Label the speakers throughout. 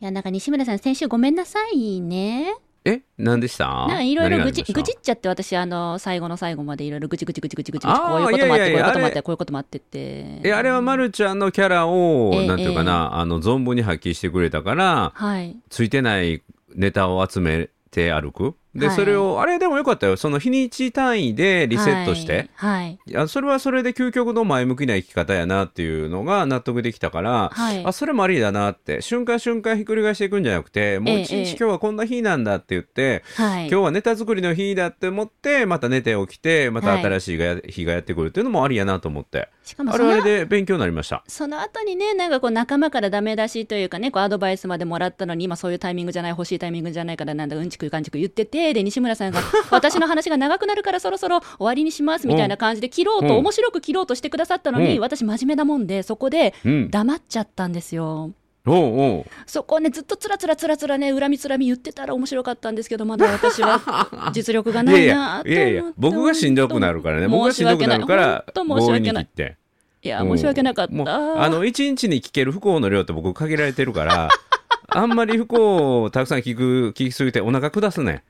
Speaker 1: や、なんか西村さん、先週ごめんなさいね。
Speaker 2: え何でした
Speaker 1: なんかいろいろ
Speaker 2: 何が
Speaker 1: 愚
Speaker 2: ありま
Speaker 1: 痴、
Speaker 2: した
Speaker 1: 愚痴っちゃって、私、あの、最後の最後までいろいろ愚痴愚痴愚痴愚痴愚痴、
Speaker 2: あー
Speaker 1: こういうこともあって、こう
Speaker 2: いや
Speaker 1: い
Speaker 2: いうや
Speaker 1: こともあっ
Speaker 2: あ
Speaker 1: て、
Speaker 2: れ
Speaker 1: こういうこともあってって。
Speaker 2: えあれはまるちゃんのキャラを、
Speaker 1: ええ
Speaker 2: なんていうかな、あの存分に発揮してくれたから
Speaker 1: はい。
Speaker 2: ついてないネタを集めて歩くで、
Speaker 1: はい
Speaker 2: それをあれでもよかったよその日にち単位でリセットして、
Speaker 1: はい。
Speaker 2: いやそれはそれで究極の前向きな生き方やなっていうのが納得できたから、
Speaker 1: はい
Speaker 2: あそれもありだなって瞬間瞬間ひっくり返していくんじゃなくてもう一
Speaker 1: ええ
Speaker 2: 日今日はこんな日なんだって言って、
Speaker 1: はい。
Speaker 2: 今日はネタ作りの日だって思ってまた寝て起きてまた
Speaker 1: はい
Speaker 2: 新しいがや日がやってくるっていうのもありやなと思って、
Speaker 1: しかも
Speaker 2: あ
Speaker 1: そ
Speaker 2: れはあ
Speaker 1: の
Speaker 2: れで勉強になりました。
Speaker 1: その後にね、なんかこう仲間からダメ出しというかね、こうアドバイスまでもらったのに、今そういうタイミングじゃない、欲しいタイミングじゃないから、なんだ、うんちくかんちく言ってて、で、西村さんが、私の話が長くなるからそろそろ終わりにします、みたいな感じで切ろう
Speaker 2: う
Speaker 1: と、
Speaker 2: ん
Speaker 1: 面白く切ろうとしてくださったのに、
Speaker 2: うん
Speaker 1: 私真面目なもんで、そこで
Speaker 2: うん、
Speaker 1: 黙っちゃったんですよ。
Speaker 2: おうおう
Speaker 1: そこをね、ずっとつらつらつらつらね、恨みつらみ言ってたら面白かったんですけど、まだ私 は実力がないいな
Speaker 2: や
Speaker 1: と思って
Speaker 2: いやいやいや僕がしんどくなるからね僕がしんどくなるから
Speaker 1: 申し訳ない本当申し
Speaker 2: 強
Speaker 1: 訳
Speaker 2: 引に
Speaker 1: な
Speaker 2: 切っ
Speaker 1: い。
Speaker 2: て
Speaker 1: いや、申し訳なかっ
Speaker 2: うんもう
Speaker 1: た。
Speaker 2: あの一日に聞ける不幸の量って僕限られてるから あんまり不幸をたくさん聞く聞きすぎてお腹下すね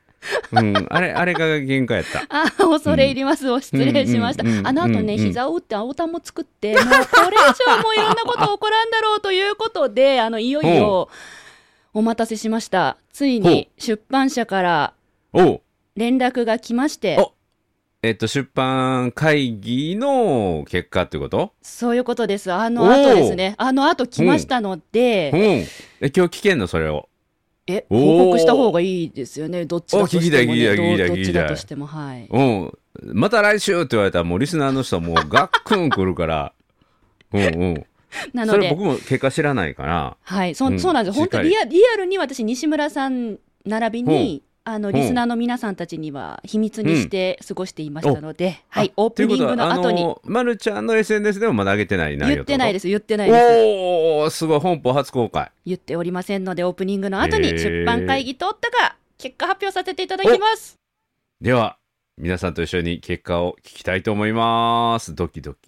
Speaker 2: うんあれあれが限界やった
Speaker 1: あー恐れ入ります、お失礼しました、
Speaker 2: うんうんうん
Speaker 1: あの後ね、
Speaker 2: うんうん
Speaker 1: 膝を打って青タンも作って、もうこれ以上もういろんなこと起こらんだろうということで、あのいよいよお待たせしました、ついに出版社から
Speaker 2: おう
Speaker 1: 連絡が来まして
Speaker 2: お、えっと出版会議の結果ってこと
Speaker 1: そういうことです、あの後ですね、あの後来ましたの
Speaker 2: うん
Speaker 1: で、
Speaker 2: え今日聞けんのそれを
Speaker 1: え
Speaker 2: おー
Speaker 1: 報告した方がいいですよね、どっちだとしても、
Speaker 2: お聞きたい聞きたい
Speaker 1: ね、
Speaker 2: 聞きた
Speaker 1: どど
Speaker 2: いう
Speaker 1: っち
Speaker 2: 聞き
Speaker 1: だ
Speaker 2: たい
Speaker 1: としても、はい。
Speaker 2: うんまた来週って言われたらもうリスナーの人はもうガックン来るから うんうん
Speaker 1: な
Speaker 2: そ
Speaker 1: ので
Speaker 2: れ僕、も結果知らないから
Speaker 1: はい、そ,、
Speaker 2: う
Speaker 1: うんそうなんですよ、本
Speaker 2: しっか
Speaker 1: 当
Speaker 2: り
Speaker 1: リア、リアルに私、西村さん並びに、あの
Speaker 2: ほう
Speaker 1: リスナーの皆さんたちには秘密にして過ごしていましたので、はい、オープニングの後
Speaker 2: という
Speaker 1: に、
Speaker 2: ことはあのまるちゃんの SNS でもまだ上げてない内容
Speaker 1: 言ってないですす、言ってないです、
Speaker 2: おおーすごい本邦初公開
Speaker 1: 言っておりませんので、オープニングの後
Speaker 2: へ
Speaker 1: に
Speaker 2: ー
Speaker 1: 出版会議通ったか、結果発表させていただきます。
Speaker 2: では皆さんと一緒に結果を聞きたいと思いますドキドキ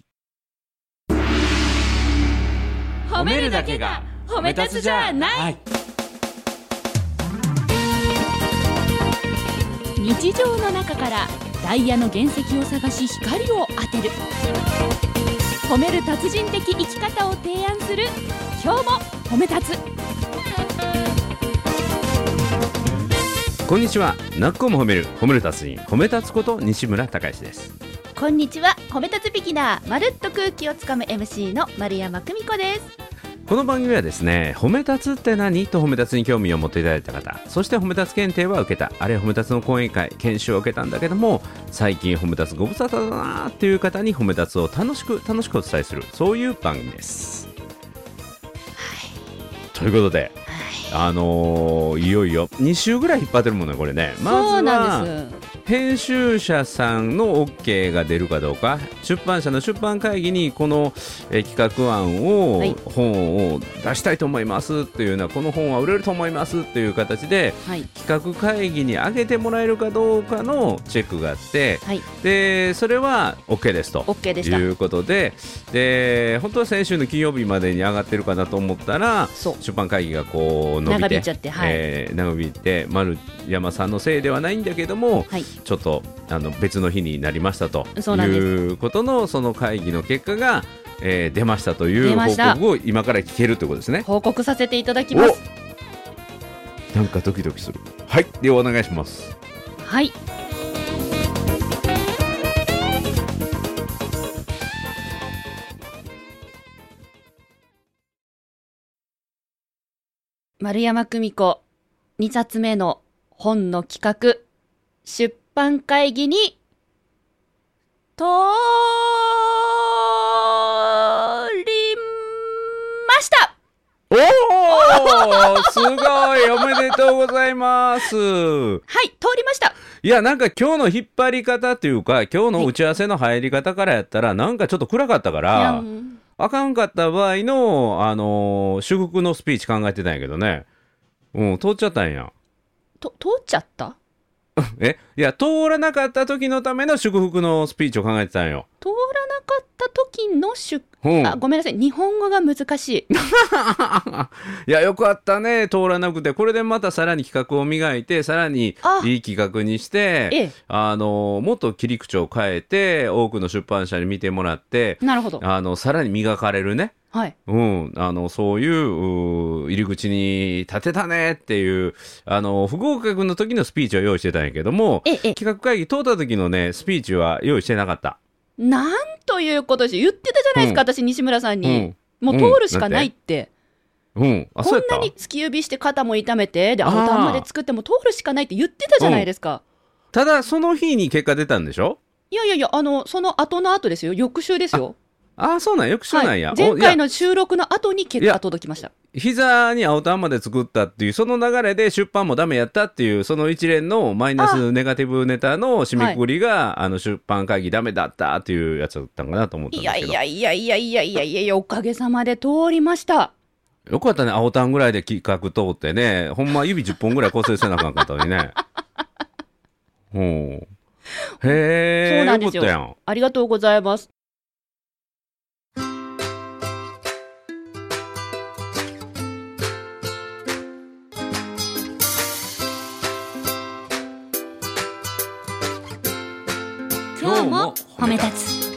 Speaker 1: 褒めるだけが褒め立つじゃない
Speaker 3: はい
Speaker 1: 日常の中からダイヤの原石を探し光を当てる褒める達人的生き方を提案する今日も褒め立つ
Speaker 2: こんにちはなっこも褒める褒める達人褒め立つこと西村孝之です
Speaker 1: こんにちは褒め立つビギナーまるっと空気をつかむ MC の丸山久美子です
Speaker 2: この番組はですね褒め立つって何と褒め立つに興味を持っていただいた方そして褒め立つ検定は受けたあれ褒め立つの講演会研修を受けたんだけども最近褒め立つご無沙汰だなーっていう方に褒め立つを楽しく楽しくお伝えするそういう番組です。ということで、あのーいよいよ2週ぐらい引っ張ってるもんねこれねまずは
Speaker 1: そうなんです
Speaker 2: 編集者さんの OK が出るかどうか出版社の出版会議にこの、えー企画案を、
Speaker 1: はい
Speaker 2: 本を出したいと思いますっていうのはこの本は売れると思いますっていう形で
Speaker 1: はい
Speaker 2: 企画会議に上げてもらえるかどうかのチェックがあって
Speaker 1: はい
Speaker 2: でそれは OK ですと。
Speaker 1: OK で
Speaker 2: と
Speaker 1: した
Speaker 2: いうことでで本当は先週の金曜日までに上がってるかなと思ったら
Speaker 1: そう
Speaker 2: 出版会議がこう伸びて
Speaker 1: 長引いちゃってはい
Speaker 2: えー長引いて丸山さんのせいではないんだけども、
Speaker 1: はい
Speaker 2: ちょっとあの別の日になりましたと
Speaker 1: そうなんです
Speaker 2: いうことのその会議の結果が、えー出ましたという
Speaker 1: 出ま
Speaker 2: 報
Speaker 1: した
Speaker 2: 告を今から聞けるということですね。
Speaker 1: 報告させていただきます
Speaker 2: おなんかドキドキする。はい、ではお願いします。
Speaker 1: はい丸山久美子2冊目の本の企画出版会議に通りました
Speaker 2: おお、すごいおめでとうございます。
Speaker 1: はい通りました
Speaker 2: いやなんか今日の引っ張り方というか今日の打ち合わせの入り方からやったらなんかちょっと暗かったか
Speaker 1: いや
Speaker 2: ら
Speaker 1: うん
Speaker 2: あかんかった場合のあのー祝福のスピーチ考えてたんやけどねうん通っちゃったんや
Speaker 1: と通っちゃった
Speaker 2: えいや通らなかった時のための祝福のスピーチを考えてたんよ。
Speaker 1: 通らなかった時の祝、
Speaker 2: うん、
Speaker 1: あ、ごめんなさい。日本語が難しい。
Speaker 2: いやよかったね通らなくてこれでまたさらに企画を磨いてさらに
Speaker 1: あ
Speaker 2: いい企画にして、
Speaker 1: ええ
Speaker 2: あのもっと切り口を変えて多くの出版社に見てもらって
Speaker 1: なるほど。
Speaker 2: あのさらに磨かれるね、
Speaker 1: はい。
Speaker 2: うん、あのそういううー入り口に立てたねっていうあの不合格の時のスピーチを用意してたんやけども
Speaker 1: ええ、ええ、
Speaker 2: 企画会議通った時のねスピーチは用意してなかった。
Speaker 1: なんということでしょ言ってたじゃないですか、
Speaker 2: う
Speaker 1: 私、西村さん
Speaker 2: う
Speaker 1: に
Speaker 2: ん。
Speaker 1: もう通るしかないって。
Speaker 2: うん、あ
Speaker 1: こ
Speaker 2: そう
Speaker 1: ん
Speaker 2: やっ
Speaker 1: な
Speaker 2: た
Speaker 1: に突き指して肩も痛めて、で、ア
Speaker 2: あ
Speaker 1: ウ
Speaker 2: ー
Speaker 1: ターまで作っても通るしかないって言ってたじゃないですか。
Speaker 2: ただその日に結果出たんでしょ
Speaker 1: いやいやいや、あの、その後の後ですよ。翌週ですよ。
Speaker 2: ああそうなんよく知らないや、
Speaker 1: はい、
Speaker 2: お
Speaker 1: 前
Speaker 2: いや
Speaker 1: 回の収録の後に結果届きました。
Speaker 2: 膝に青タンまで作ったっていうその流れで出版もダメやったっていうその一連のマイナスネガティブネタの締めくくりがあの出版会議ダメだったっていうやつだったんかなと思ったん
Speaker 1: い
Speaker 2: です
Speaker 1: や
Speaker 2: けど
Speaker 1: いやいやいやいやいやいやいや、おかげさまで通りました。
Speaker 2: よかったね青タンぐらいで企画通ってねほんま指10本ぐらい骨折せなあかんかったのにね ほうへ
Speaker 1: そう
Speaker 2: え
Speaker 1: なんですよ
Speaker 2: かったやん
Speaker 1: ありがとうございます。
Speaker 2: 今日も褒め立
Speaker 1: つ。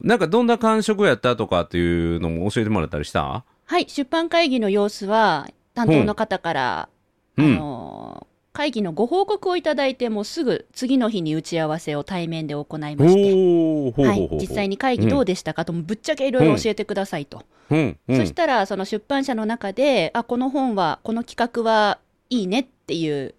Speaker 2: なんかどんな感触やったとかっていうのも教えてもらったりした
Speaker 1: はい、出版会議の様子は、担当の方から、
Speaker 2: う
Speaker 1: あ
Speaker 2: ん
Speaker 1: のー会議のご報告をいただいて、もうすぐ次の日に打ち合わせを対面で行い
Speaker 2: お
Speaker 1: まして、
Speaker 2: ーほうほうほうほ
Speaker 1: は
Speaker 2: う、
Speaker 1: い、実際に会議どうでしたかと、もうぶっちゃけいろいろ教えてくださいと。
Speaker 2: うんうん
Speaker 1: そしたら、その出版社の中で、あ、この本は、この企画はいいねっていう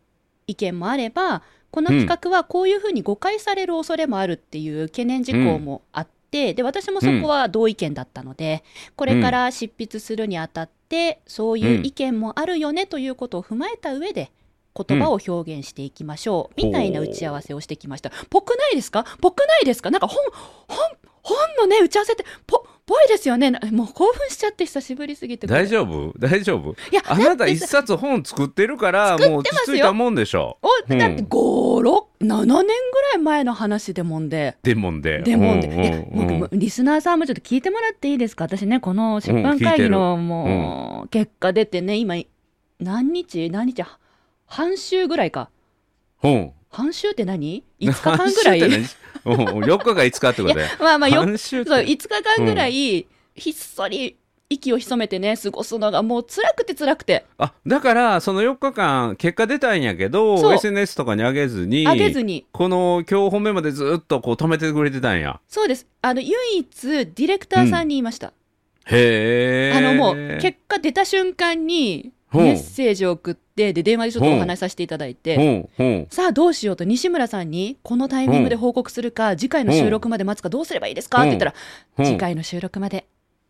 Speaker 1: 意見もあれば、この企画はこういうふうに誤解される恐れもあるっていう懸念事項もあって、で、私もそこは同意見だったので、これから執筆するにあたって、そういう意見もあるよねということを踏まえた上で、言葉を表現していきましょう、
Speaker 2: うん
Speaker 1: みたいな打ち合わせをしてきました。ぽくないですかぽくないですかなんか本、本、本のね、打ち合わせって、ぽ、ぽいですよね。なもう興奮しちゃって久しぶりすぎて。
Speaker 2: 大
Speaker 1: 夫
Speaker 2: 丈夫大丈夫
Speaker 1: いや、
Speaker 2: あな
Speaker 1: だ
Speaker 2: た
Speaker 1: って
Speaker 2: 一
Speaker 1: さ
Speaker 2: 冊本作ってるから
Speaker 1: 作
Speaker 2: もう
Speaker 1: って
Speaker 2: 落
Speaker 1: ま
Speaker 2: ち
Speaker 1: すよ
Speaker 2: 着いたもんでしょ
Speaker 1: お、
Speaker 2: うん
Speaker 1: だって5、6、7年ぐらい前の話でもんで。
Speaker 2: でもんで
Speaker 1: でもんで。
Speaker 2: う
Speaker 1: い
Speaker 2: んうん
Speaker 1: や、僕
Speaker 2: うん
Speaker 1: もリスナーさんもちょっと聞いてもらっていいですか私ね、この出
Speaker 2: うん聞い
Speaker 1: 版
Speaker 2: てる
Speaker 1: 会議のもう、結果出てね、今、何日何日は半週ぐらいか。
Speaker 2: うん
Speaker 1: 半週って何 ?5 日間ぐら い
Speaker 2: 半週って何うん4日が5日ってことで
Speaker 1: まあまあ、よ
Speaker 2: 半週って
Speaker 1: そう5日間ぐらい、ひっそり息を潜めてね過ごすのがもう辛くて辛くて
Speaker 2: あだからその4日間結果出たんやけど
Speaker 1: そう
Speaker 2: SNS とかに上げずに
Speaker 1: あげずに
Speaker 2: この今日褒めまでずっとこう止めてくれてたんや
Speaker 1: そうですあの唯一ディレクターさんに言いました、
Speaker 2: へえ
Speaker 1: あのもう結果出た瞬間に
Speaker 2: ほう
Speaker 1: メッセージを送ってで電話でちょっとお話しさせていただいて
Speaker 2: うんうん
Speaker 1: さあどうしようと西村さんにこのタイミングで報告するか次回の収録まで待つかどうすればいいですかって言ったら
Speaker 2: うん
Speaker 1: 次回の収録まで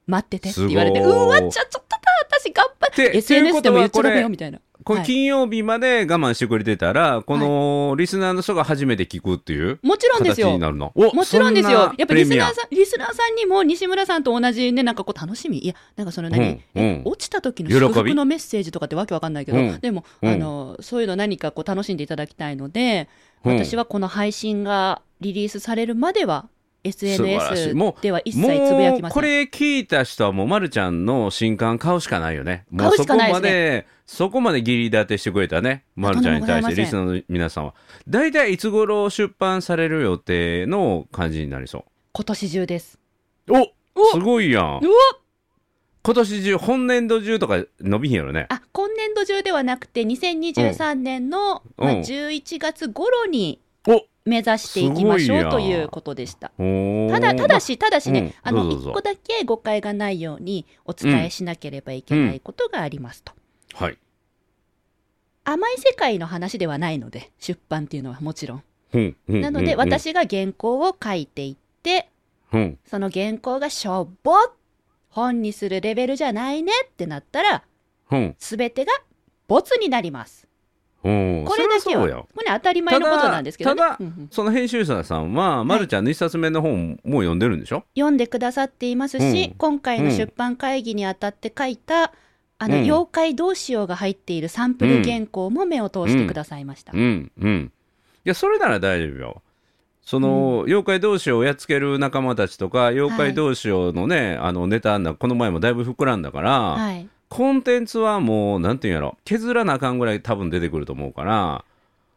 Speaker 1: 待っててって言われて
Speaker 2: す
Speaker 1: う
Speaker 2: ごい
Speaker 1: わちゃちょっとだ私頑張って
Speaker 2: て
Speaker 1: SNS でも言っちゃダメ
Speaker 2: ということはこれ
Speaker 1: よみたいな
Speaker 2: こ
Speaker 1: は
Speaker 2: れ
Speaker 1: い
Speaker 2: 金曜日まで我慢してくれてたらこのリスナーの人が初めて聞くっていう
Speaker 1: もちろんです
Speaker 2: 形
Speaker 1: よ
Speaker 2: になるのお
Speaker 1: もちろんですよ。やっぱリスナー
Speaker 2: ん
Speaker 1: さん、リスナーさんにも西村さんと同じね、なんかこう楽しみ。いや、なんかその何、
Speaker 2: うん
Speaker 1: え
Speaker 2: うん
Speaker 1: 落ちた時の
Speaker 2: 喜び
Speaker 1: 祝福のメッセージとかってわけわかんないけど、
Speaker 2: うん
Speaker 1: でも、
Speaker 2: うん
Speaker 1: あの、そういうの何かこう楽しんでいただきたいので、
Speaker 2: うん
Speaker 1: 私はこの配信がリリースされるまでは、
Speaker 2: 素晴らしい
Speaker 1: SNS
Speaker 2: もう
Speaker 1: では一切つぶやき
Speaker 2: も
Speaker 1: ま
Speaker 2: う
Speaker 1: せ
Speaker 2: こ
Speaker 1: ん。
Speaker 2: れ聞いた人はもうまるちゃんの新刊買うしかないよねも
Speaker 1: 買
Speaker 2: う
Speaker 1: う
Speaker 2: そ
Speaker 1: し
Speaker 2: こ
Speaker 1: かないで
Speaker 2: ます
Speaker 1: ね
Speaker 2: でそこまでギリ立てしてくれたねまるちゃんに対
Speaker 1: とんでもございま
Speaker 2: して
Speaker 1: せん
Speaker 2: リスナーの皆さんは大体いつ頃出版される予定の感じになりそ
Speaker 1: 今年中です。
Speaker 2: うお
Speaker 1: お
Speaker 2: すごいやん
Speaker 1: うわ
Speaker 2: 今年中本年度中とか伸びひんやろね
Speaker 1: あ、今年度中ではなくて、2023年の、
Speaker 2: うん
Speaker 1: まあ、11月頃に
Speaker 2: お
Speaker 1: 目指していきまし
Speaker 2: すごい
Speaker 1: ょ
Speaker 2: や
Speaker 1: うということでした。
Speaker 2: おー
Speaker 1: ただ、ただし、ただしね、
Speaker 2: うん
Speaker 1: あ
Speaker 2: どう
Speaker 1: の、
Speaker 2: ぞどうぞ
Speaker 1: 一個だけ誤解がないようにお伝えしなければいけないことがありますと。
Speaker 2: はい
Speaker 1: 甘い世界の話ではないので、出版っていうのはもちろん。
Speaker 2: な
Speaker 1: なので、私が原稿を書いていって、
Speaker 2: うん
Speaker 1: その原稿がしょぼっ本にするレベルじゃないねってなったら、
Speaker 2: うん
Speaker 1: すべてがボツになります。
Speaker 2: おうん、
Speaker 1: これだ
Speaker 2: そ
Speaker 1: け
Speaker 2: りゃ
Speaker 1: は
Speaker 2: そう
Speaker 1: もうね当たり前のことなんですけどね
Speaker 2: ただただ
Speaker 1: うんうん
Speaker 2: その編集者さんは、ま、るちゃんの一冊目の本もう読んでるんでしょ、
Speaker 1: 読んでくださっていますし、
Speaker 2: うん
Speaker 1: 今回の
Speaker 2: うん
Speaker 1: 出版会議にあたって書いた「あの
Speaker 2: うん
Speaker 1: 妖怪どうしよう」が入っているサンプル原稿も目を通してくださいました。
Speaker 2: うんうんいやそれなら大丈夫よその、妖怪同士をやっつける仲間たちとか妖怪同士をのね、あのネタなこの前もだいぶ膨らんだから、
Speaker 1: はい、
Speaker 2: コンテンツはもうなんていうんやろ削らなあかんぐらい多分出てくると思うから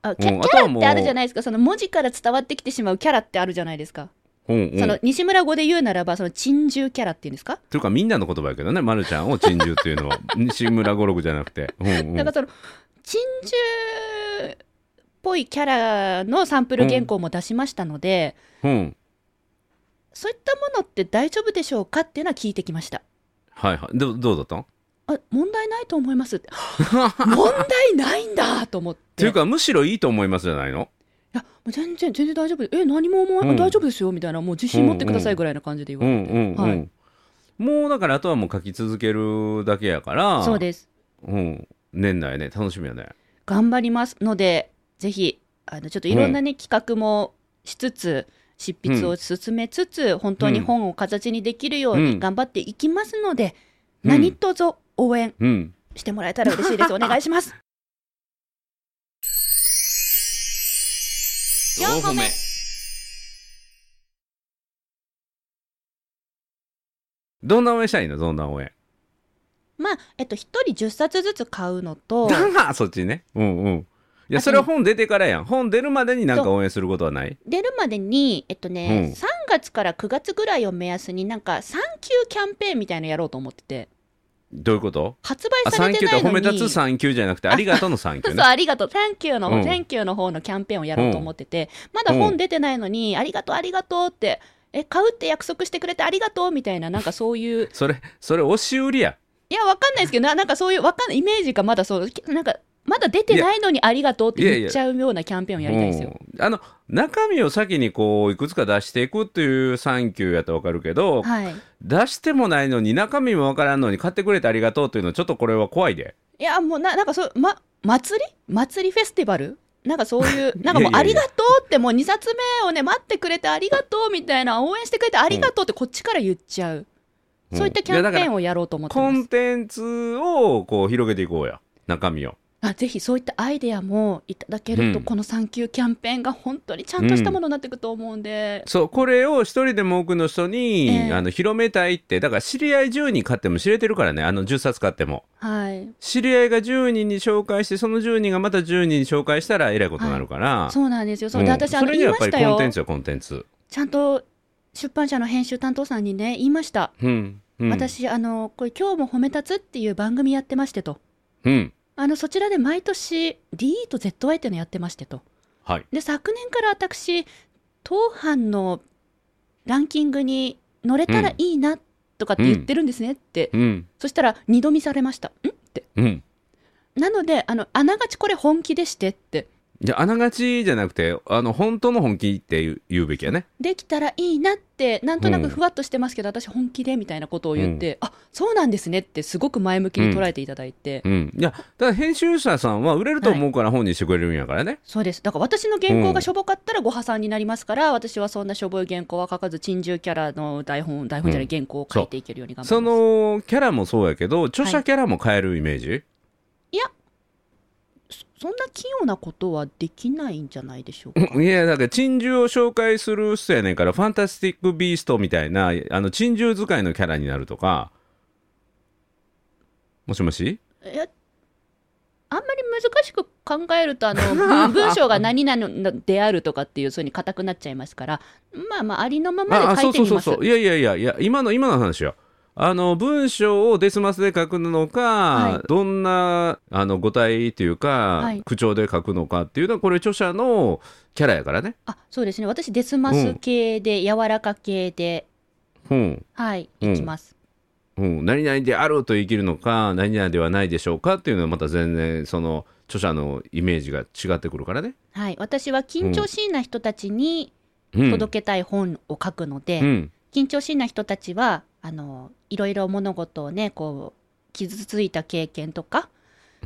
Speaker 1: あキャ
Speaker 2: うん
Speaker 1: キ
Speaker 2: あと
Speaker 1: ャ
Speaker 2: は
Speaker 1: ラ
Speaker 2: も
Speaker 1: っ
Speaker 2: う
Speaker 1: てあるじゃないですかその文字から伝わってきてしまうキャラってあるじゃないですか、
Speaker 2: うんうん
Speaker 1: その西村語で言うならばその珍獣キャラっていうんですか、
Speaker 2: というかみんなの言葉やけどね、ま、るちゃんを珍獣っていう のは西村五六じゃなくて、うんうん
Speaker 1: なんかその珍獣っぽいキャラのサンプル原稿も出しましたので、
Speaker 2: うん
Speaker 1: そういったものって大丈夫でしょうかっていうのは聞いてきました。
Speaker 2: はいはいどどうだったんっ
Speaker 1: あ問題ないと思います って問題ないんだと思って
Speaker 2: ていうかむしろいいと思いますじゃないの
Speaker 1: いやもう全然全然大丈夫え何も思わ
Speaker 2: うん
Speaker 1: 大丈夫ですよみたいなもう自信持ってくださいぐらいな感じで言
Speaker 2: う
Speaker 1: われ
Speaker 2: ん
Speaker 1: て、
Speaker 2: うんうん、
Speaker 1: はい
Speaker 2: もうだからあとはもう書き続けるだけやから
Speaker 1: そうです
Speaker 2: うん、年内ね楽しみやね
Speaker 1: 頑張りますのでぜひあのちょっといろんなね、企画もしつつ執筆を進めつつ、本当に本を形にできるよう
Speaker 2: う
Speaker 1: に
Speaker 2: ん
Speaker 1: 頑張っていきますので、
Speaker 2: うん
Speaker 1: 何卒応援
Speaker 2: うん
Speaker 1: してもらえたら嬉しいですお願いし ます4個目
Speaker 2: どんな応援したいのどんな応援
Speaker 1: まあえっと1人10冊ずつ買うの と
Speaker 2: そっちねうんうん
Speaker 1: あ
Speaker 2: いや
Speaker 1: と
Speaker 2: それは本出てからやん本出るまでになんか応援することはない
Speaker 1: 出るまでに、えっとね、
Speaker 2: うん
Speaker 1: 3月から9月ぐらいを目安に、なんか、産休キャンペーンみたいのやろうと思ってて、
Speaker 2: どういうこと
Speaker 1: 発
Speaker 2: あ
Speaker 1: 売さ
Speaker 2: サン
Speaker 1: れて
Speaker 2: キュー
Speaker 1: な
Speaker 2: っ
Speaker 1: い
Speaker 2: て
Speaker 1: の
Speaker 2: 褒
Speaker 1: に、
Speaker 2: め立つサンキューじゃなくてありがとうのサン
Speaker 1: そ
Speaker 2: キュ
Speaker 1: う
Speaker 2: ー
Speaker 1: そう、
Speaker 2: ね
Speaker 1: ありがとう、サンキューの、
Speaker 2: うん
Speaker 1: サンキューの方のキャンペーンをやろうと思ってて、まだ
Speaker 2: う
Speaker 1: 本
Speaker 2: ん
Speaker 1: 出てないのに、ありがとう、ありがとうって、え、買うって約束してくれてありがとうみたいな、なんかそういう、
Speaker 2: それそれ押し売りや
Speaker 1: いや、わかんないですけど、ななんかそういう、わかんない、イメージがまだそう、きなんか、まだ出てないのにありがとうって言っちゃうようなキャンペーンをやりたいんですよ。
Speaker 2: うんあの中身を先にこういくつか出していくっていうサンキューやとわかるけど、
Speaker 1: はい。
Speaker 2: 出してもないのに中身もわからんのに買ってくれてありがとうっていうのはちょっとこれは怖いで
Speaker 1: いやもうななんかそう、ま、祭り祭りフェスティバルなんかそういう、 なんかもう
Speaker 2: いやいやいや
Speaker 1: ありがとうってもう2冊目をね待ってくれてありがとうみたいな応援してくれてありがとうってこっちから言っちゃう、
Speaker 2: うん
Speaker 1: そういったキャンペーンをやろうと思って
Speaker 2: コ
Speaker 1: ま
Speaker 2: ン
Speaker 1: す
Speaker 2: テンツをこう広げていこうや中身を
Speaker 1: あぜひそういったアイデアもいただけると、
Speaker 2: うん
Speaker 1: この産休キャンペーンが本当にちゃんとしたものになっていくと思うんで、
Speaker 2: そうこれを一人でも多くの人に、
Speaker 1: ええ
Speaker 2: あの広めたいってだから知り合い10人買っても知れてるからねあの10冊買っても
Speaker 1: はい
Speaker 2: 知り合いが10人に紹介してその10人がまた10人に紹介したらえらいことになるから、
Speaker 1: そうなんですよそうで、
Speaker 2: うん
Speaker 1: 私あ
Speaker 2: そ
Speaker 1: の
Speaker 2: れに
Speaker 1: 言い
Speaker 2: はや
Speaker 1: ま
Speaker 2: っぱ
Speaker 1: し
Speaker 2: り
Speaker 1: た
Speaker 2: コン
Speaker 1: よ
Speaker 2: テンツよコンテンツ
Speaker 1: ちゃんと出版社の編集担当さんにね言いました、
Speaker 2: うん、うん、
Speaker 1: 私あのこれ今日も褒め立つっていう番組やってましてと
Speaker 2: うん
Speaker 1: あのそちらで毎年 DE と ZY っていうのやってましてと
Speaker 2: はい
Speaker 1: で昨年から私当班のランキングに乗れたらいいなとかって言ってるんですねって、
Speaker 2: うん
Speaker 1: そしたら二度見されましたんって
Speaker 2: うん
Speaker 1: なのであのあながちこれ本気でしてって
Speaker 2: じゃああながちじゃなくてあの本当の本気って言う言うべきやね
Speaker 1: できたらいいなってなんとな
Speaker 2: う
Speaker 1: く
Speaker 2: ん
Speaker 1: ふわっとしてますけど、私本気でみたいなことを言って、あそうなんですねってすごく前向きに捉えていただいて、
Speaker 2: うんいやただ編集者さんは売れると思うから本にしてくれるんやからね、
Speaker 1: そうですだから私の原稿がしょぼかったらご破産になりますから、私はそんなしょぼい原稿は書かず珍獣キャラの台本台本じゃない原稿を書いていけるように頑張
Speaker 2: そ
Speaker 1: ります、
Speaker 2: のキャラもそうやけど著
Speaker 1: は
Speaker 2: 者
Speaker 1: い
Speaker 2: キャラも変えるイメージ、
Speaker 1: そんな器用なことはできないんじゃないでしょうか、
Speaker 2: いやだから珍獣を紹介する人やねんからファンタスティック・ビーストみたいなあの珍獣使いのキャラになるとかもしもし
Speaker 1: いやあんまり難しく考えるとあの文 文章が何々であるとかっていうそういうふうに硬くなっちゃいますからまあまあありのまま
Speaker 2: あ
Speaker 1: で
Speaker 2: そ
Speaker 1: 書いうて
Speaker 2: そう
Speaker 1: み
Speaker 2: そう
Speaker 1: ます
Speaker 2: そういやいやいやいや今の今の話よあの文章をデスマスで書くのか、
Speaker 1: は
Speaker 2: どんなあの語体というか、
Speaker 1: はい
Speaker 2: 口調で書くのかっていうのはこれ著者のキャラやからね
Speaker 1: あそうですね私デスマス系で柔らか系で
Speaker 2: うん
Speaker 1: はい
Speaker 2: うん
Speaker 1: いきます、
Speaker 2: うん、何々であると生きるのか何々ではないでしょうかっていうのはまた全然その著者のイメージが違ってくるからね。
Speaker 1: はい私は緊張しいな人たちに、
Speaker 2: うん
Speaker 1: 届けたい本を書くので、
Speaker 2: うん
Speaker 1: 緊張しいな人たちはあのいろいろ物事をねこう傷ついた経験とか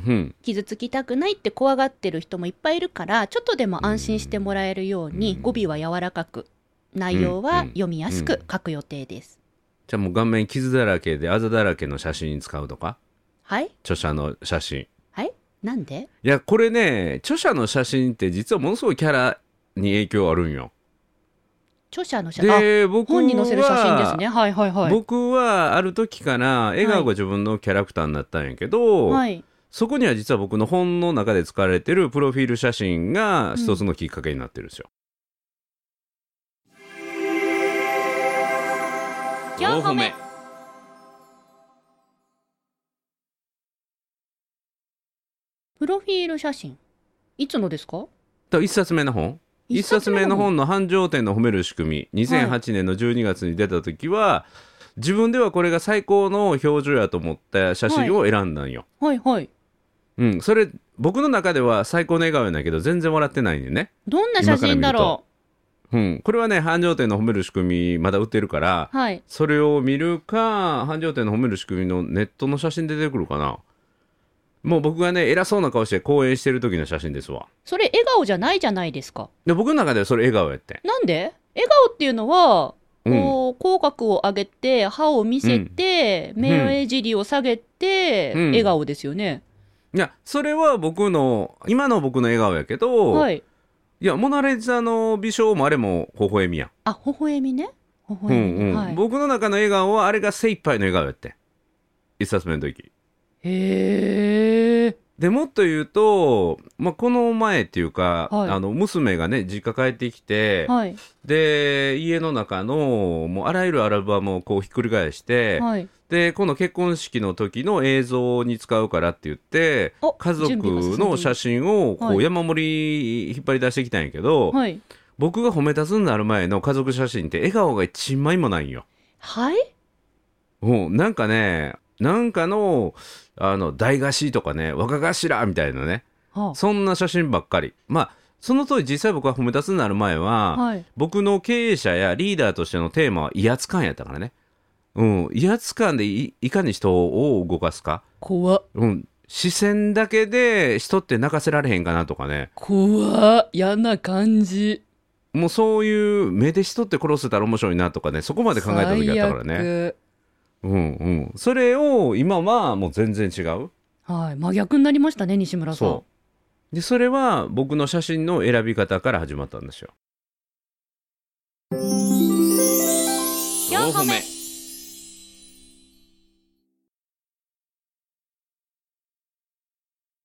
Speaker 2: うん
Speaker 1: 傷つきたくないって怖がってる人もいっぱいいるからちょっとでも安心してもらえるように
Speaker 2: うん
Speaker 1: 語尾は柔らかく内容は読みやす
Speaker 2: うん
Speaker 1: く書く予定です。
Speaker 2: じゃあもう顔面傷だらけであざだらけの写真に使うとか
Speaker 1: はい
Speaker 2: 著者の写真
Speaker 1: はいなんで
Speaker 2: いやこれね著者の写真って実はものすごいキャラに影響あるんよ
Speaker 1: 著者の写真あ
Speaker 2: で僕は
Speaker 1: 本に載せる写真ですねはいはいはい。
Speaker 2: 僕はある時から笑顔が自分のキャラクターになったんやけど、
Speaker 1: はい、
Speaker 2: そこには実は僕の本の中で使われてるプロフィール写真が一つのきっかけになってるんですよ。
Speaker 1: 4歩目プロフィール写真いつのですか
Speaker 2: と1冊目の本1冊目の本の繁盛店の褒める仕組み2008年の12月に出た時は、自分ではこれが最高の表情やと思った写真を選んだんよ。
Speaker 1: はいはい
Speaker 2: うん、それ僕の中では最高の笑顔やねんけど全然笑ってないねんね、
Speaker 1: どんな写真だろ
Speaker 2: うん、これはね繁盛店の褒める仕組みまだ売ってるから
Speaker 1: うはい
Speaker 2: それを見るか繁盛店の褒める仕組みのネットの写真出てくるかなもう僕がね偉そうな顔して講演してる時の写真ですわ
Speaker 1: それ笑顔じゃないじゃないですか
Speaker 2: で僕の中ではそれ笑顔やって
Speaker 1: なんで笑顔っていうのは
Speaker 2: うん
Speaker 1: こう口角を上げて歯を見せて、
Speaker 2: ん
Speaker 1: 目尻を下げて、
Speaker 2: うん
Speaker 1: 笑顔ですよね、
Speaker 2: いやそれは僕の今の僕の笑顔やけど、、
Speaker 1: はいい
Speaker 2: やモナ・レザの微笑もあれも微笑みやん、
Speaker 1: あ微笑みね微
Speaker 2: う
Speaker 1: 笑み
Speaker 2: ん
Speaker 1: ね、
Speaker 2: うん
Speaker 1: はい、
Speaker 2: 僕の中の笑顔はあれが精一杯の笑顔やって一冊目の時
Speaker 1: へえ
Speaker 2: でもっと言うと、まあ、この前っていうか、
Speaker 1: はい
Speaker 2: あの娘がね実家帰ってきて、
Speaker 1: はい
Speaker 2: で家の中のもうあらゆるアルバムをこうひっくり返して、
Speaker 1: はい
Speaker 2: で今度結婚式の時の映像に使うからって言って
Speaker 1: お
Speaker 2: 家族
Speaker 1: 準備が進んでいる
Speaker 2: の写真をこ
Speaker 1: は
Speaker 2: う
Speaker 1: い
Speaker 2: 山盛り引っ張り出してきたんやけど、
Speaker 1: はい
Speaker 2: 僕が褒め立つになる前の家族写真って笑顔が一枚もないんよ。
Speaker 1: はい
Speaker 2: うん、なんかねなんかのあの大菓子とかね若頭みたいなね
Speaker 1: は
Speaker 2: そんな写真ばっかり。まあ、その当時実際僕は褒め立つになる前
Speaker 1: あ
Speaker 2: は、
Speaker 1: はい
Speaker 2: 僕の経営者やリーダーとしてのテーマは威圧感やったからね。うん、威圧感でいいかに人を動かすか。
Speaker 1: 怖
Speaker 2: うん、視線だけで人って泣かせられへんかなとかね。
Speaker 1: 怖嫌な感じ
Speaker 2: もうそういう目で人って殺せたら面白いなとかね、そこまで考えた時やったからね。
Speaker 1: ね
Speaker 2: うんうん。それを今はもう全然違う。
Speaker 1: はい真逆になりましたね西村さん
Speaker 2: そう。で、それは僕の写真の選び方から始まったんですよ。
Speaker 1: 4歩目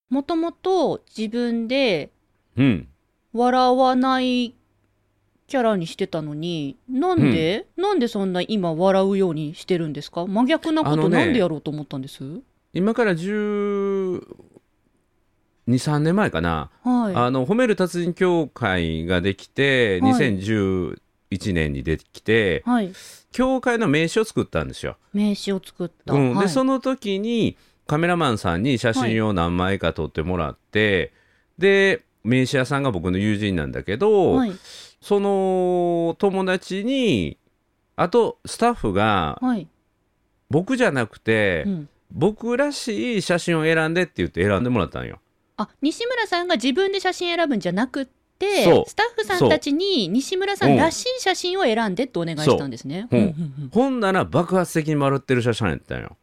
Speaker 1: もともと自分で
Speaker 2: うん。
Speaker 1: 笑わないキャラにしてたのになんで、なんでそんな今笑うようにしてるんですか真逆なこ
Speaker 2: あの
Speaker 1: と
Speaker 2: ね
Speaker 1: なんでやろうと思ったんです、
Speaker 2: 今から1 2 3年前かな、
Speaker 1: は
Speaker 2: あの褒める達人協会ができて、
Speaker 1: はい
Speaker 2: 2011年にできて
Speaker 1: いはい
Speaker 2: 協会の名刺を作ったんですよ。
Speaker 1: 名刺を作った、
Speaker 2: うん
Speaker 1: はい
Speaker 2: でその時にカメラマンさんに写真を何枚か撮ってもらって、で名刺屋さんが僕の友人なんだけど、
Speaker 1: はい
Speaker 2: その友達にあとスタッフが
Speaker 1: はい、
Speaker 2: 僕じゃなくて、
Speaker 1: うん、
Speaker 2: 僕らしい写真を選んでって言って選んでもらったんよ。
Speaker 1: あ西村さんが自分で写真選ぶんじゃなくって
Speaker 2: そう
Speaker 1: スタッフさんたちに西村さんらしい写真を選んでってお願いしたんですね。
Speaker 2: そううん
Speaker 1: んん
Speaker 2: ほんなら爆発的に丸ってる写真やったんよ。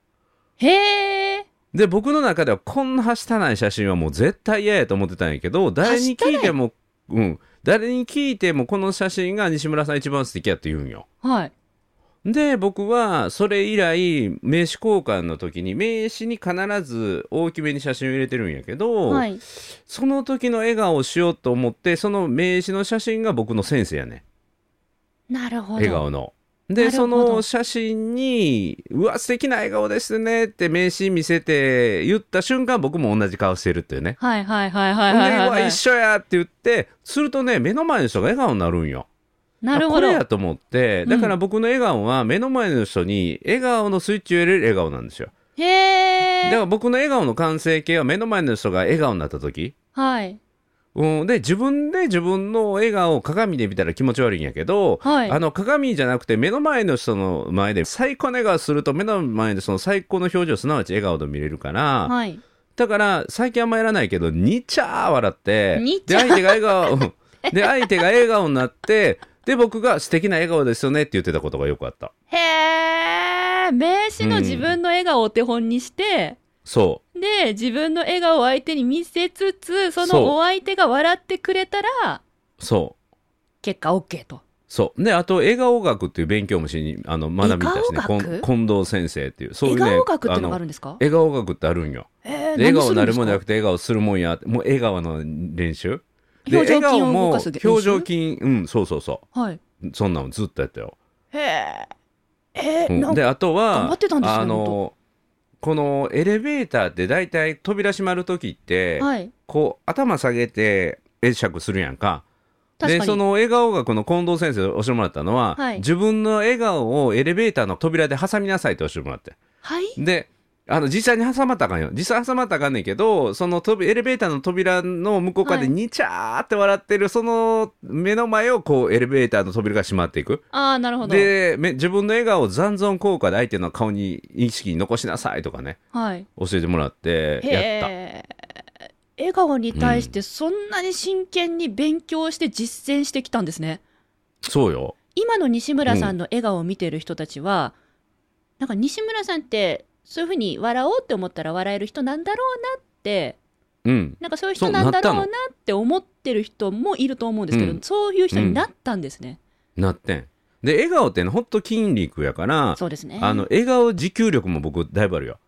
Speaker 1: へえ
Speaker 2: で、僕の中ではこんなはしたない写真はもう絶対嫌やと思ってたんやけど、誰に聞いても、うん、誰に聞いてもこの写真が西村さん一番素敵やって言うんよ。
Speaker 1: はい
Speaker 2: で、僕はそれ以来名刺交換の時に名刺に必ず大きめに写真を入れてるんやけど、
Speaker 1: はい
Speaker 2: その時の笑顔をしようと思って、その名刺の写真が僕の先生やね。
Speaker 1: なるほど
Speaker 2: 笑顔の。
Speaker 1: な
Speaker 2: で
Speaker 1: るほ
Speaker 2: そ
Speaker 1: ど
Speaker 2: の写真に「うわ素敵な笑顔ですね」って名刺見せて言った瞬間僕も同じ顔してるっていうね。
Speaker 1: はいはいはいは
Speaker 2: で
Speaker 1: いうはいはい、は
Speaker 2: わ
Speaker 1: い
Speaker 2: 一、緒やって言ってするとね目の前の人が笑顔になるんよ。
Speaker 1: なる
Speaker 2: あこ
Speaker 1: ほど
Speaker 2: れやと思ってだか
Speaker 1: う
Speaker 2: ら僕の笑顔は目の前の人に笑顔のスイッチを入れる笑顔なんですよ。
Speaker 1: へ
Speaker 2: だ
Speaker 1: え
Speaker 2: から僕の笑顔の完成形は目の前の人が笑顔になった時、
Speaker 1: はい
Speaker 2: うん、で自分で自分の笑顔を鏡で見たら気持ち悪いんやけど、
Speaker 1: はい
Speaker 2: あの鏡じゃなくて目の前の人の前で最高の笑顔すると目の前でその最高の表情すなわち笑顔で見れるから、
Speaker 1: はい
Speaker 2: だから最近あんまやらないけどにちゃー笑って
Speaker 1: にち
Speaker 2: で
Speaker 1: ゃ
Speaker 2: 相手が笑顔うんで相手が笑顔になってで僕が素敵な笑顔ですよねって言ってたことがよくあった
Speaker 1: へえ名刺の自分の笑顔をお手本にして、
Speaker 2: そ
Speaker 1: で自分の笑顔を相手に見せつつそ
Speaker 2: そう
Speaker 1: のお相手が笑ってくれたら
Speaker 2: うそう
Speaker 1: 結果 OK と
Speaker 2: そうであと笑顔学っていう勉強もしにあの学びに行ったしね
Speaker 1: 笑顔
Speaker 2: こん
Speaker 1: 学
Speaker 2: 近藤先生っていうそういう
Speaker 1: 笑
Speaker 2: ね
Speaker 1: 顔学ってのがあ
Speaker 2: あ
Speaker 1: るんですか
Speaker 2: 笑顔学ってあるんよ
Speaker 1: え
Speaker 2: で笑顔なるもんじゃな
Speaker 1: な
Speaker 2: くて笑顔するもんやってもう笑顔の練習で
Speaker 1: 表情筋
Speaker 2: 笑顔
Speaker 1: を動
Speaker 2: も
Speaker 1: かす
Speaker 2: 表情筋うんそうそうそ
Speaker 1: はい。
Speaker 2: うそんなのずっとやったよ
Speaker 1: へえ。え
Speaker 2: うん
Speaker 1: なんか
Speaker 2: であとは
Speaker 1: 頑張ってたんですよ
Speaker 2: あのこのエレベーターって大体扉閉まる時って、
Speaker 1: はい。
Speaker 2: こう頭下げて会釈するやんか
Speaker 1: 確
Speaker 2: で
Speaker 1: かに。
Speaker 2: その笑顔がこの近藤先生で教えてもらったのは、
Speaker 1: はい
Speaker 2: 自分の笑顔をエレベーターの扉で挟みなさいって教えてもらって
Speaker 1: はい。
Speaker 2: であの実際に挟まったらあかんよ実際挟まったらあかんねんけどその扉エレベーターの扉の向こう側で
Speaker 1: はい
Speaker 2: にちゃーって笑ってるその目の前をこうエレベーターの扉が閉まっていく
Speaker 1: ああ、なるほど。
Speaker 2: でめ自分の笑顔を残存効果で相手の顔に意識に残しなさいとかね
Speaker 1: はい。
Speaker 2: 教えてもらってやった
Speaker 1: へえ。笑顔に対してそんなに真剣に勉強して実践してきたんですね。
Speaker 2: そうよ
Speaker 1: 今の西村さんの笑顔を見てる人たちは、なんか西村さんってそういうふうに笑おうって思ったら笑える人なんだろうなって、
Speaker 2: うん
Speaker 1: なんかそういう人なんだろう
Speaker 2: そうな
Speaker 1: な
Speaker 2: った
Speaker 1: って思ってる人もいると思うんですけど、
Speaker 2: うん
Speaker 1: そういう人になったんですね。
Speaker 2: なってんで笑顔ってねほんと筋肉やから
Speaker 1: そうですね。
Speaker 2: あの笑顔持久力も僕だいぶあるよ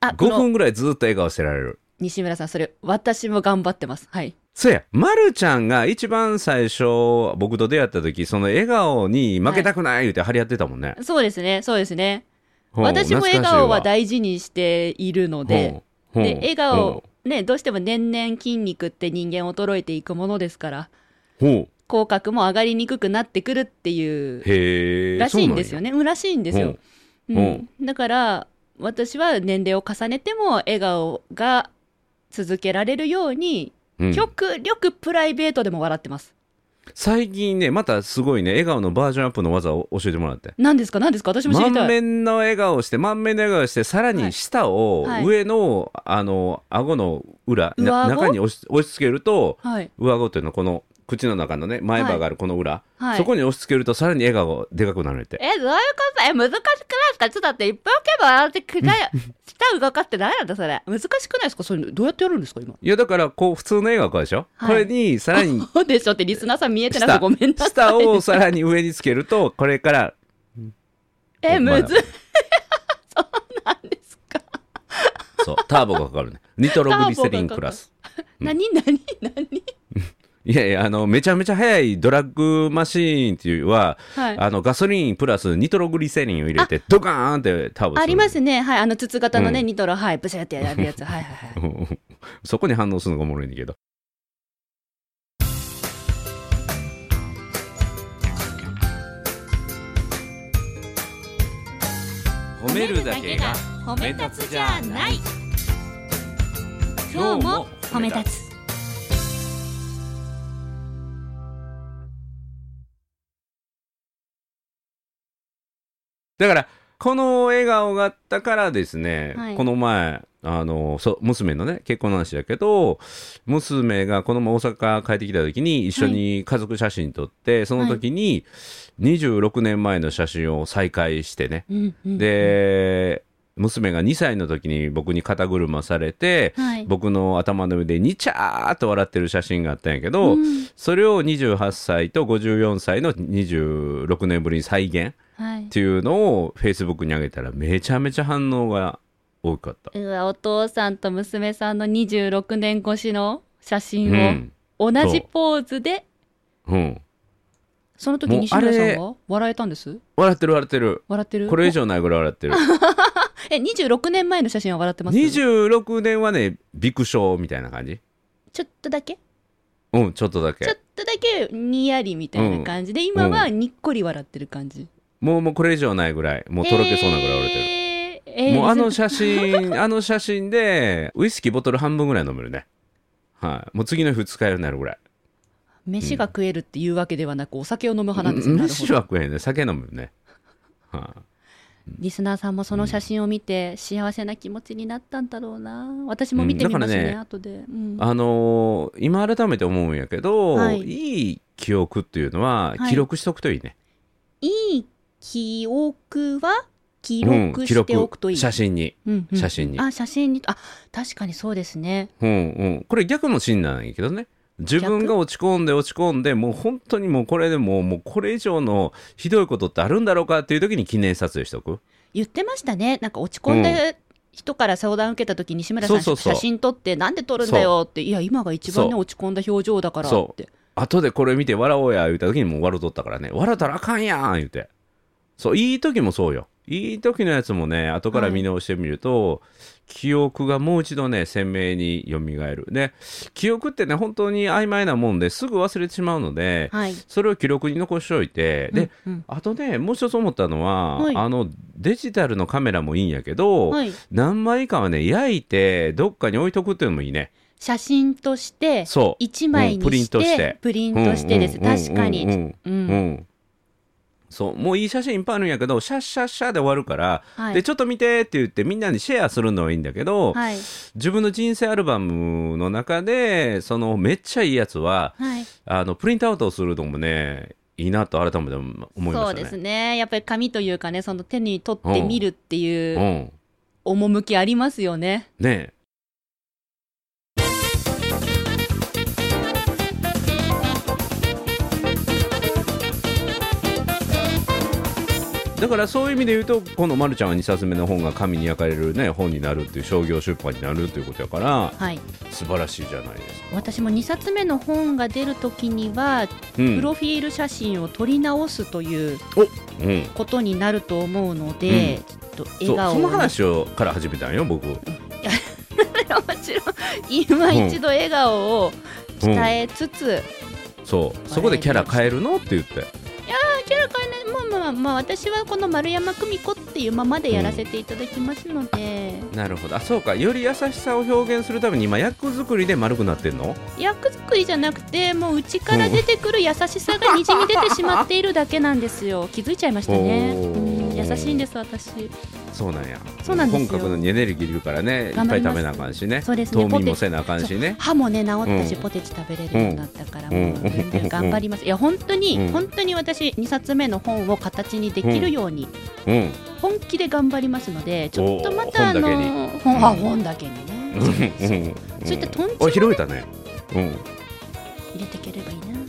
Speaker 1: あ、こ
Speaker 2: 5
Speaker 1: の
Speaker 2: 分ぐらいずっと笑顔してられる
Speaker 1: 西村さん、それ、私も頑張ってます。はい。
Speaker 2: そうや、ま、るちゃんが一番最初僕と出会った時その笑顔に負けたくない言うて張り合ってたもんね、
Speaker 1: そうですね、そうですね。
Speaker 2: ほう
Speaker 1: 私も笑
Speaker 2: 懐かしいわ
Speaker 1: 顔は大事にしているので、
Speaker 2: ほう
Speaker 1: で
Speaker 2: ほう
Speaker 1: 笑顔、ね、どうしても年々筋肉って人間衰えていくものですから、
Speaker 2: ほう
Speaker 1: 口角も上がりにくくなってくるっていう、
Speaker 2: へえ
Speaker 1: らしいんですよね。うんらしいんですよ。う。
Speaker 2: ほうん
Speaker 1: だから、私は年齢を重ねても笑顔が続けられるように、極力プライベートでも笑ってます。
Speaker 2: 最近ねまたすごいね笑顔のバージョンアップの技を教えてもらって
Speaker 1: 何ですか何ですか私も知り
Speaker 2: 満
Speaker 1: たい。
Speaker 2: 面の笑顔をして満面の笑顔をしてさら
Speaker 1: は
Speaker 2: に
Speaker 1: い
Speaker 2: 舌を
Speaker 1: はい
Speaker 2: 上の、あの顎の裏
Speaker 1: 上
Speaker 2: な
Speaker 1: 顎
Speaker 2: 中に押し押し付けると
Speaker 1: はい。
Speaker 2: 上顎というのはこの口の中のね前歯があるこの裏、
Speaker 1: はい。
Speaker 2: そこに押し付けるとさらに笑顔がでかくなるって
Speaker 1: え、どういうことえ、難しくないですかちょっとだって、いっぱい置けば、あって、くら い、舌動かってないなんだ、それ。難しくないですかそれ、どうやってやるんですか、今。
Speaker 2: いやだからこう普通の笑顔でしょ、
Speaker 1: はい
Speaker 2: これにさら に
Speaker 1: そうでしょって、リスナーさん見えてなくて
Speaker 2: 舌
Speaker 1: ごめんなさい。
Speaker 2: 舌をさらに上につけるとこれから
Speaker 1: え、むず、
Speaker 2: ま
Speaker 1: そうなんですか。
Speaker 2: そうターボがか かるねニトログリセリンプラスうん
Speaker 1: 何、何、 何
Speaker 2: いやいやあのめちゃめちゃ速いドラッグマシーンっていうのは
Speaker 1: はい。
Speaker 2: あのガソリンプラスニトログリセリンを入れてドカーンってターボする
Speaker 1: ありますね。はい。あの、筒型のね、
Speaker 2: う
Speaker 1: ニトロ、はい。ブシャーってやるやつ。はいはいはい。
Speaker 2: うんそこに反応するのがおもろいんだけど 褒
Speaker 1: 褒
Speaker 2: め立つじゃない今日も褒め立
Speaker 1: つ。
Speaker 2: だからこの笑顔があったからですね、
Speaker 1: はい
Speaker 2: この前あのそう娘のね結婚の話だけど娘がこの前大阪帰ってきた時に一緒に家族写真撮って、その時に26年前の写真を再会してね、
Speaker 1: うん、うん。
Speaker 2: で娘が2歳の時に僕に肩車されて、
Speaker 1: はい。
Speaker 2: 僕の頭の上でにちゃーっと笑ってる写真があったんやけど、
Speaker 1: うん
Speaker 2: それを28歳と54歳の26年ぶりに再現
Speaker 1: はい
Speaker 2: っ。ていうのをフェイスブックに上げたらめちゃめちゃ反応が多かった。
Speaker 1: うわ、お父さんと娘さんの26年越しの写真
Speaker 2: う
Speaker 1: を、
Speaker 2: ん、
Speaker 1: 同
Speaker 2: そう
Speaker 1: じポーズで、
Speaker 2: うん、
Speaker 1: その時
Speaker 2: もう
Speaker 1: 西村さ
Speaker 2: あ
Speaker 1: ん
Speaker 2: れ
Speaker 1: は笑えたんです
Speaker 2: 笑ってる笑ってる。
Speaker 1: 笑ってる
Speaker 2: これ以
Speaker 1: お
Speaker 2: 上ないぐらい笑ってる。
Speaker 1: え、26年前の写真は笑ってます
Speaker 2: 26年はね、ビクショーみたいな感じ。
Speaker 1: ちょっとだけ
Speaker 2: うん、ちょっとだ
Speaker 1: ちょ
Speaker 2: け
Speaker 1: っ。とだけにやりみたいな感じで、今はにっこり笑ってる感じ。
Speaker 2: もうもうこれ以上ないぐらい、もうとろけそうなぐらい笑ってる。
Speaker 1: えーえー
Speaker 2: もうあの
Speaker 1: そ
Speaker 2: 写真、あ の写真で、ウイスキーボトル半分ぐらい飲めるね。はい。もう次の日使えるようになるぐらい。
Speaker 1: 飯が食えるっていうわけではなく、お酒を飲む派なんですね。なるほ
Speaker 2: 飯
Speaker 1: ど
Speaker 2: は食えへんね。酒飲むよね。はい、
Speaker 1: リスナーさんもその写真を見て幸せな気持ちになったんだろうな私も見てみますね,、
Speaker 2: うんだからね
Speaker 1: 後で、うん
Speaker 2: あのー今改めて思うんやけど、
Speaker 1: はい
Speaker 2: い、い記憶っていうのは
Speaker 1: はい
Speaker 2: 記録しとくといいね、
Speaker 1: いい記憶は記
Speaker 2: うん
Speaker 1: 録しておくといい、
Speaker 2: 写真に、
Speaker 1: うんうん
Speaker 2: 写真に
Speaker 1: あ写真にあ確かにそうですね
Speaker 2: うんうん、これ逆のシーンなんやけどね自分が落ち込んで落ち込んでもう本当にもうこれでもうもうこれ以上のひどいことってあるんだろうかっていう時に記念撮影しとく
Speaker 1: 言ってましたねなんか落ち込んで人から相談受けた時に西村さん、
Speaker 2: そうそうそう
Speaker 1: 写真撮ってなんで撮るんだよっていや今が一番ね
Speaker 2: そう
Speaker 1: 落ち込んだ表情だからっ
Speaker 2: そ
Speaker 1: て
Speaker 2: 後でこれ見て笑おうや言うた時にもう笑うとったからね笑ったらあかんやん言うてそういい時もそうよいい時のやつもね後から見直してみると、記憶がもう一度ね鮮明に蘇るで記憶ってね本当に曖昧なもんですぐ忘れてしまうので、
Speaker 1: はい
Speaker 2: それを記録に残しておいてで、
Speaker 1: うんうん
Speaker 2: あとねもう一つ思ったのは、
Speaker 1: はい
Speaker 2: あのデジタルのカメラもいいんやけど、
Speaker 1: はい、
Speaker 2: 何枚かはね焼いてどっかに置いとくっていうのもいいね
Speaker 1: 写真として
Speaker 2: そう
Speaker 1: 1枚にして,、
Speaker 2: うんプリントして
Speaker 1: プリントしてです、
Speaker 2: うんうんうんうん
Speaker 1: 確かに、
Speaker 2: う
Speaker 1: うん
Speaker 2: んうんそうもういい写真いっぱいあるんやけどシャッシャッシャッで終わるから、
Speaker 1: はい
Speaker 2: でちょっと見てって言ってみんなにシェアするのはいいんだけど、
Speaker 1: はい
Speaker 2: 自分の人生アルバムの中でそのめっちゃいいやつは
Speaker 1: はい、
Speaker 2: あのプリントアウトするのもねいいなと改めて思いましたね。
Speaker 1: そうですねやっぱり紙というかねその手に取って見るっていううん趣ありますよね、
Speaker 2: ねえだからそういう意味で言うとこのまるちゃんは2冊目の本が紙に焼かれる、ね、本になるっていう商業出版になるということやから
Speaker 1: はい、
Speaker 2: 素晴らしいじゃないですか。
Speaker 1: 私も2冊目の本が出る時には
Speaker 2: う
Speaker 1: プ
Speaker 2: ん
Speaker 1: ロフィール写真を撮り直すという
Speaker 2: うん
Speaker 1: ことになると思うので、ちょっと
Speaker 2: そ
Speaker 1: 笑
Speaker 2: う
Speaker 1: 顔
Speaker 2: そ
Speaker 1: を
Speaker 2: の話をから始めたんよ僕、
Speaker 1: もちろん今一度笑顔を鍛えつつ、
Speaker 2: そうそこでキャラ変えるのって言って
Speaker 1: キャラ変えないまあまあまあ私はこの丸山久美子っていうままでやらせていただきますので、
Speaker 2: なるほどあそうかより優しさを表現するために今役作りで丸くなってんの
Speaker 1: 役作りじゃなくてもう内から出てくる優しさがにじみ出てしまっているだけなんですよ気づいちゃいましたね、
Speaker 2: おー
Speaker 1: うん優しいんです私
Speaker 2: そうなんや。
Speaker 1: そうなんですよ
Speaker 2: 本格のエネルギーいるからね、いっぱ
Speaker 1: 頑張
Speaker 2: い
Speaker 1: りま
Speaker 2: 食
Speaker 1: す
Speaker 2: べなあかんしね。
Speaker 1: そうですね
Speaker 2: 冬眠
Speaker 1: ポ
Speaker 2: も
Speaker 1: テ
Speaker 2: せなあかんしね。
Speaker 1: 歯もね治ったし、
Speaker 2: うん
Speaker 1: ポテチ食べれるようになったから、
Speaker 2: うん
Speaker 1: もう全然頑張ります、いや本当に、
Speaker 2: うん
Speaker 1: 本当に私2冊目の本を形にできるように、
Speaker 2: うん。
Speaker 1: 本気で頑張りますのでちょっとまた
Speaker 2: おー
Speaker 1: あの
Speaker 2: 本
Speaker 1: 本あ
Speaker 2: うん
Speaker 1: 本だけにね、
Speaker 2: うん
Speaker 1: そういったとんちもね
Speaker 2: お拾えたね。うん。
Speaker 1: 入れていければいいな、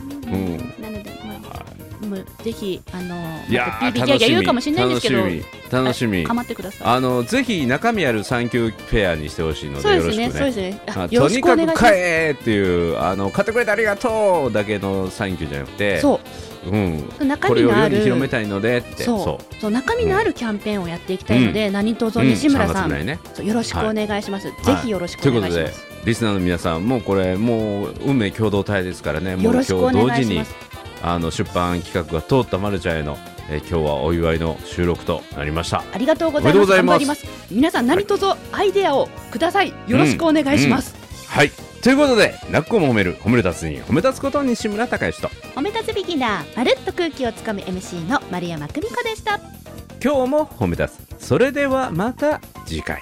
Speaker 1: な
Speaker 2: ん
Speaker 1: のでま
Speaker 2: は
Speaker 1: あもうぜひあの
Speaker 2: いや
Speaker 1: ま
Speaker 2: ー
Speaker 1: た PB ギ
Speaker 2: 楽
Speaker 1: ャーギャー
Speaker 2: し
Speaker 1: 言う
Speaker 2: み。
Speaker 1: かもしれないんですけど
Speaker 2: 楽しみ。
Speaker 1: か
Speaker 2: 楽しみ。
Speaker 1: まってください
Speaker 2: あのぜひ中身ある産休フェアにしてほしいので
Speaker 1: そう
Speaker 2: よ
Speaker 1: で
Speaker 2: ろ
Speaker 1: すね
Speaker 2: し
Speaker 1: そう
Speaker 2: く
Speaker 1: で
Speaker 2: ね。
Speaker 1: すねあ
Speaker 2: あ
Speaker 1: よ
Speaker 2: と
Speaker 1: ろし
Speaker 2: に
Speaker 1: くお
Speaker 2: か
Speaker 1: 願いし
Speaker 2: く
Speaker 1: ま
Speaker 2: 買
Speaker 1: す
Speaker 2: えっていうあの買ってくれてありがとうだけの産休じゃなくて、、
Speaker 1: そう
Speaker 2: ん、
Speaker 1: う中
Speaker 2: これ
Speaker 1: 身
Speaker 2: を
Speaker 1: のあ
Speaker 2: 世に広め
Speaker 1: る
Speaker 2: たいのでって、
Speaker 1: そうそう中身のあるキャンペーンをやっていきたいので、何卒
Speaker 2: うん
Speaker 1: 西村さ
Speaker 2: 3月
Speaker 1: ん、
Speaker 2: ぐらいね。
Speaker 1: そうよろしくお願いします、
Speaker 2: い
Speaker 1: ぜひよろしく
Speaker 2: とい
Speaker 1: お
Speaker 2: うこ
Speaker 1: 願い
Speaker 2: と
Speaker 1: しま、
Speaker 2: ですリスナーの皆さん、もうこれ、もう運命共同体ですからね、も
Speaker 1: よろ
Speaker 2: う今日
Speaker 1: しくお
Speaker 2: 同
Speaker 1: 願い
Speaker 2: 時
Speaker 1: し
Speaker 2: に
Speaker 1: ます
Speaker 2: あの出版企画が通ったまるちゃんへの、えー今日はお祝いの収録となりました。
Speaker 1: ありがとうござい
Speaker 2: おめでとう
Speaker 1: ま
Speaker 2: ご
Speaker 1: す頑
Speaker 2: ざいます
Speaker 1: 張ります皆さん何卒アイデアをくださいよろしくお願いします、
Speaker 2: はいということで、ラッコも褒める、褒め立つに褒め立つこと西村孝之と、
Speaker 1: おめ立つビギナーまるっと空気をつかむ MC の丸山久美子でした
Speaker 2: 今日も褒め立つ。それではまた次回。